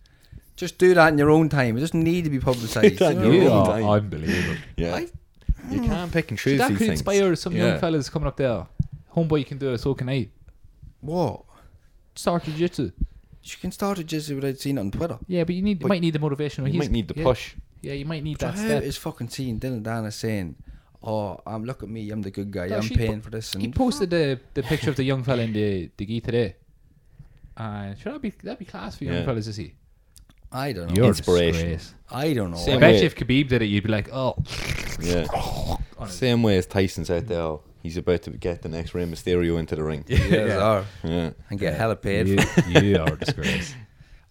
Just do that in your own time. It doesn't need to be publicised.
Do that in
You know
your
what I mean?
you
own
are
time.
unbelievable.
Yeah.
I-
you can't pick and choose
that
these
could
things.
inspire some
Yeah.
young fellas coming up there. Homeboy can do it, so can I.
What?
Start jiu jitsu.
You can start a jiu without seeing it on Twitter.
Yeah, but you need might need the motivation.
You might need the push.
Yeah, you might need
But
that
how
step.
is fucking seeing Dylan Dana saying, "Oh, I'm look at me, I'm the good guy,
No,
I'm
she
paying
po-
for this"?
He
And
posted the the picture of the young fella in the the gi today. And should that be that be class for young
Yeah.
fellas to see?
I don't know.
You're
Inspirational.
I don't know.
I
Same-
I-
bet
way-
you if Khabib did it, you'd be like, oh,
Yeah. Same way as Tyson's out there. oh, He's about to get the next Rey Mysterio into the ring.
Yeah, they are.
Yeah.
and get hella paid.
you,
For.
you are a disgrace.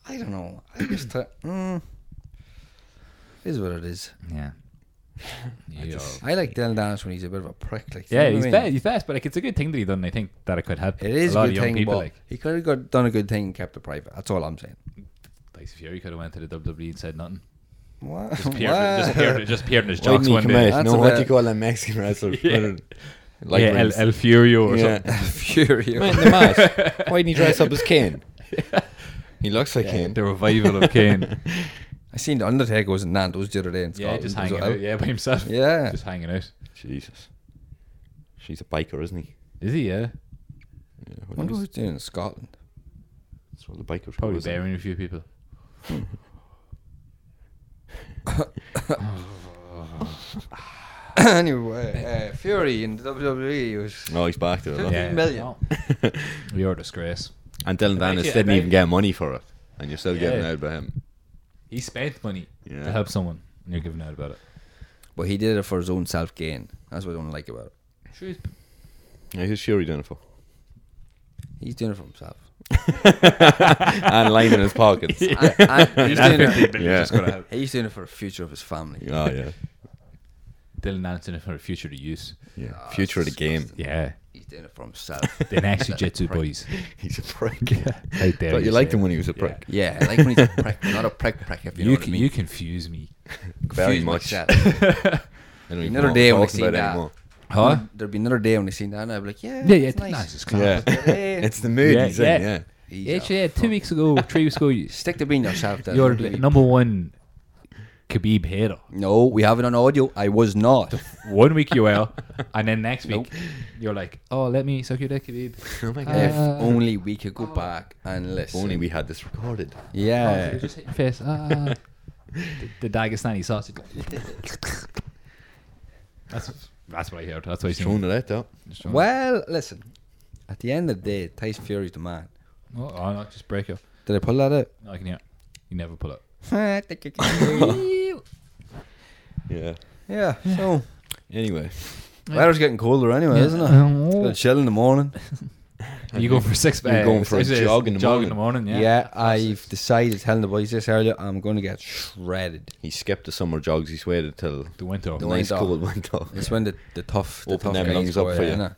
I don't know. I just t- mm, it is what it is.
Yeah. You are-
I like Dylan Dana when he's a bit of a prick. Like, you
yeah,
know
he's
what I mean?
bad. He's bad, but like it's a good thing that he done. I think that it could help
It is
a lot
a
of
good
young
thing,
people.
but
Like
he could have got, done a good thing and kept it private. That's all I'm saying.
Tyson Fury could have went to the WWE and said nothing.
What?
Appeared, just appeared, just appeared in his
Why
jocks
didn't he
one
come
day.
out?
That's
No, what
about-
do you call a Mexican wrestler?
Like
Like
yeah, El, El Furio or something.
Fury.
in the match. Why didn't he dress up as Kane? He looks like Kane.
The revival of Kane.
I seen the Undertaker was in Nando's the other day in
yeah,
Scotland.
just
as
hanging
well.
out. Yeah, by himself.
Yeah.
Just hanging out.
Jesus. She's a biker, isn't he?
Is he? Yeah.
Yeah,
I wonder what he's doing in Scotland.
That's what the bike was
Probably
was in.
burying a few people.
anyway, uh, Fury in the WWE was
Oh, he's back to it. look.
Yeah. Million.
Oh. You're a disgrace.
And Dylan Danis
Actually, I
didn't
think-
even get money for it, and you're still giving
Yeah.
out about him.
He spent money
Yeah.
to help someone, and you're giving out about it.
But he did it for his own self gain. That's what I don't like about it.
Yeah, who's Fury doing it for?
He's doing it for himself.
and lying in his pockets. oh
And- and he's, doing it,
Yeah.
just gonna help.
he's doing it for the future of his family.
Oh, yeah,
Dylan Nansen for the future to use.
yeah.
Ah,
Future of the game.
Yeah.
He's doing it for himself.
The next Jitsu boys.
He's a prick.
How dare
But you liked
say
him
it.
when he was a prick.
yeah, like when he's a prick, not a prick prick. If you,
You,
know what I
can,
mean.
you confuse me.
Very
Confused
much.
myself.
I don't even
Another
know
day when
what I'm
I
talking
see
about
that.
anymore.
Huh?
There'd be another day when I seen that, and I'd be like, yeah,
Yeah, yeah, it's
it's
nice.
nice.
It's class.
Yeah, it's the mood
Yeah,
he's in.
yeah.
Yeah,
He's
Yeah,
a-
yeah, two weeks ago, three weeks ago, you-
Stick to being yourself. Then.
you're the number one Khabib hater.
No, we have it on audio. I was not.
One week you are, and then next week you're like, oh, let me suck your dick, Khabib. Oh my
if only we could go back and
If
listen.
only we had this recorded.
Yeah.
just hit your face. Ah, the, the Dagestani sausage. that's that's what I heard. That's what I
He's throwing
seen.
it out though.
Well, listen. At the end of the day, Tyson Fury's the man.
Oh, oh no, just break it.
Did I pull that out?
No, I can hear. It. You never pull it.
I think I can do it.
Yeah.
yeah. So
Anyway,
weather's getting colder anyway, isn't it?
Um,
It's gonna chill in the morning.
You going for six?
You're going for a
it's- it's
jog in the
in the
morning.
morning.
Yeah,
Yeah.
I've decided telling the boys this earlier. I'm going to get shredded.
he skipped the summer jogs. He's waited till
The winter.
the
No,
nice
winter.
cold winter.
It's when the, the tough, the
Open
tough
them
guys
lungs
go
up
out,
for you.
innit?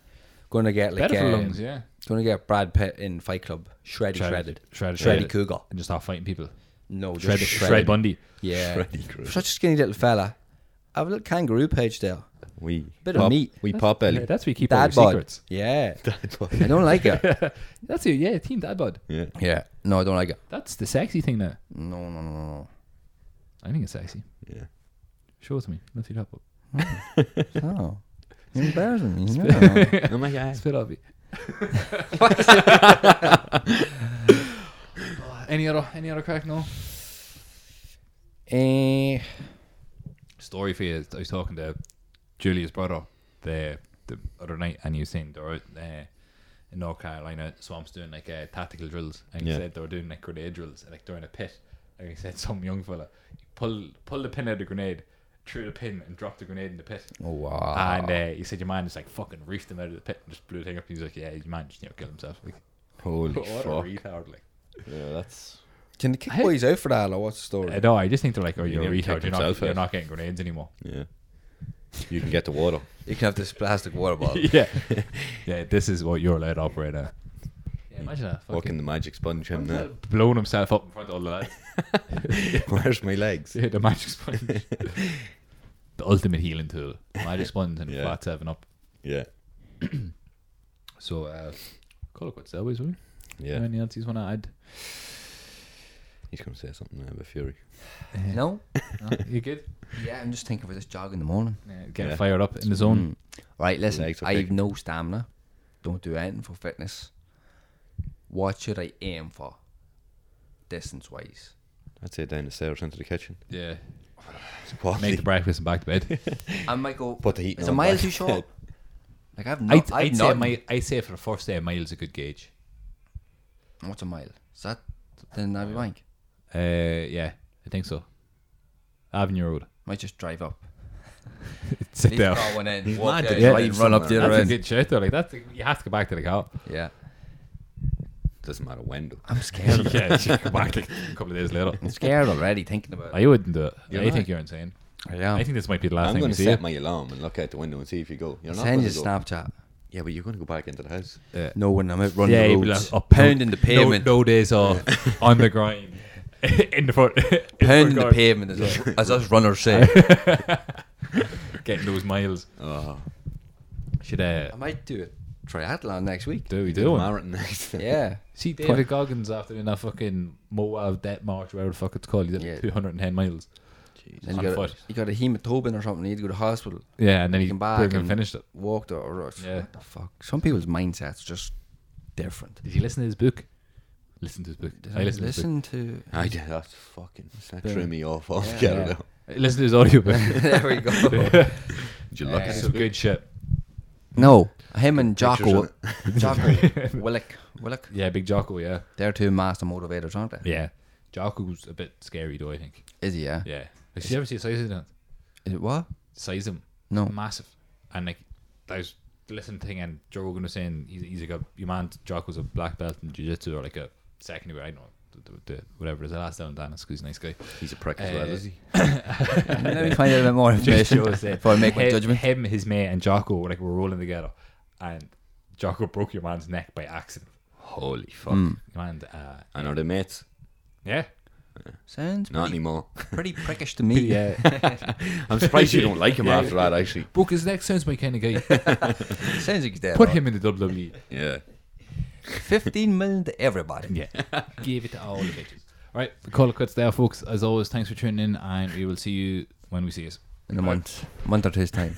Going to get like
Better for
um,
lungs. Yeah.
Going to get Brad Pitt in Fight Club shredded, shredded,
Shredded.
shredded
Shredded.
cougar.
And just start fighting people.
No, just
Shredded.
shredded.
Shred Bundy.
Yeah.
Freddy Krueger.
Such a skinny little fella. I have a little kangaroo page there.
We
Bit of
pop,
meat.
We pop belly.
Yeah, that's where you keep
Dad
all your
bod.
secrets.
Yeah. I
That's
don't like it.
That's it. Yeah, team dad bod.
yeah.
yeah. No, I don't like it.
That's the sexy thing now.
No, no, no, no, no.
I think it's sexy.
Yeah.
Show it to me. Let's see that up.
Oh. You're embarrassing me. No.
Oh my god.
Spit up. any other any other crack? No.
Eh,
Story for you. is I was talking to Julia's brother the the other night, and he was saying they were out there in North Carolina. Swamps doing like uh, tactical drills, and he
Yeah.
said they were doing like grenade drills, like they're in a pit. And he said some young fella pull pull the pin out of the grenade, threw the pin, and dropped the grenade in the pit.
oh, wow.
And uh, he said your man just like fucking reefed him out of the pit and just blew the thing up. He was like, yeah, your man just you know killed himself. Like,
Holy
what a
fuck.
retard! Like,
Yeah, that's
Can the kick boys out for that or what's the story?
Uh, no, I just think they're like, oh,
You
you're a
need to
retard.
kick
You're not,
himself eh?"
you're
out.
not getting grenades anymore.
yeah. You can get the water.
You can have this plastic water bottle.
yeah, yeah. This is what you're allowed to operate at. Yeah, imagine that.
Fucking
Fucking
the magic sponge him now.
blowing himself up in front of all the lads.
Where's my legs?
yeah, the magic sponge. the ultimate healing tool. Magic sponge and a
Yeah.
flat seven up.
Yeah.
So, uh, call it what's always, will we?
Yeah.
Any else you want to add?
He's gonna say something now about Fury.
No?
No? You good?
Yeah, I'm just thinking for this jog in the morning.
Yeah, getting
Yeah. Mm.
fired up in the zone.
Right, listen,
Legs are
I've
big.
no stamina. Don't do anything for fitness. What should I aim for? Distance wise.
I'd say down the stairs into the kitchen.
Yeah.
It's quality.
Make the breakfast and back to bed.
I might go.
Put the heat
Is
on
a mile
back.
too short? like I've not.
I'd,
I've
I'd, say
not.
a mi- I'd say for the first day, a mile is a good gauge.
What's a mile? Is that then Abbey Bank?
Uh, yeah, I think so. Avenue Road.
Might just drive up.
Sit
Leave the car one end,
He's
walk
mad to
down,
drive
run up the
somewhere.
other
That's a
end.
good shit though. Like that's you have to go back to the car.
yeah,
Doesn't matter when though.
I'm scared.
yeah, just go back like, a couple of days later.
I'm scared already thinking about it.
I wouldn't do it. I
not.
think you're insane.
I am.
I think this might be the last
I'm
time we
gonna
see
set
it.
my alarm and look out the window and see if you go. You're not
Send you
gonna
a
go.
Snapchat.
Yeah, but you're gonna go back into the house.
No, when I'm out running
yeah,
the
you'd be
roads,
like, oh,
pounding
no-
the pavement,
No, no days off on the grind. in the front, in the front
pounding the
garden,
pavement, as, us- as us runners say.
getting those miles.
Oh,
Should uh,
I might do a triathlon next week.
do we
the
do it?
marathon next.
Yeah.
See David Goggins after in that fucking Moab Debt March, whatever the fuck it's called. He did
Yeah.
210 miles.
Then
On
you got, a,
foot.
you got a hemoglobin or something. You need to go to hospital.
Yeah, and then he
Came back
broke and
and-
finished it.
Walked or, or
Yeah.
what the fuck? Some people's mindsets just different.
Did you listen to his book? Listen to this book. I listened to this book.
listen to.
I did that fucking that threw me off altogether.
Yeah.
though.
I listened to his audiobook.
there we go.
Did you look
It's
at
some good shit.
No, him and Jocko.
Pictures
Jocko Willick. Willick.
Yeah, Big Jocko, yeah.
They're two master motivators, aren't they?
Yeah. Jocko's a bit scary, though, I think.
Is he? Yeah.
Yeah. Did you ever see a size of that?
Is it what?
Size him.
No.
Massive. And, like, I was listening to thing, and Joe Rogan was saying he's, he's like a, your man, Jocko's a black belt in jiu jitsu or like a secondary, I don't know, the, the, the, whatever it is. I'll ask down Dan, 'cause he's a nice guy.
He's a prick as
Uh,
well, is he?
Let me find out a bit more information
Joe said,
before I make my
hi-
judgment.
Him, his mate, and Jocko like were rolling together, and Jocko broke your man's neck by accident.
Holy fuck!
Your man, uh,
And are they mates?
yeah,
Sounds
Not
pretty,
anymore.
pretty prickish to me.
I'm surprised you don't like him after that. Actually,
broke his neck. Sounds my kind of guy.
Sounds like he's dead.
Put him in the E. WWE.
yeah.
15 million to everybody.
Yeah, give it to all the bitches. All right, we call it quits there, folks. As always, thanks for tuning in, and we will see you when we see you.
In a month. month or two's time.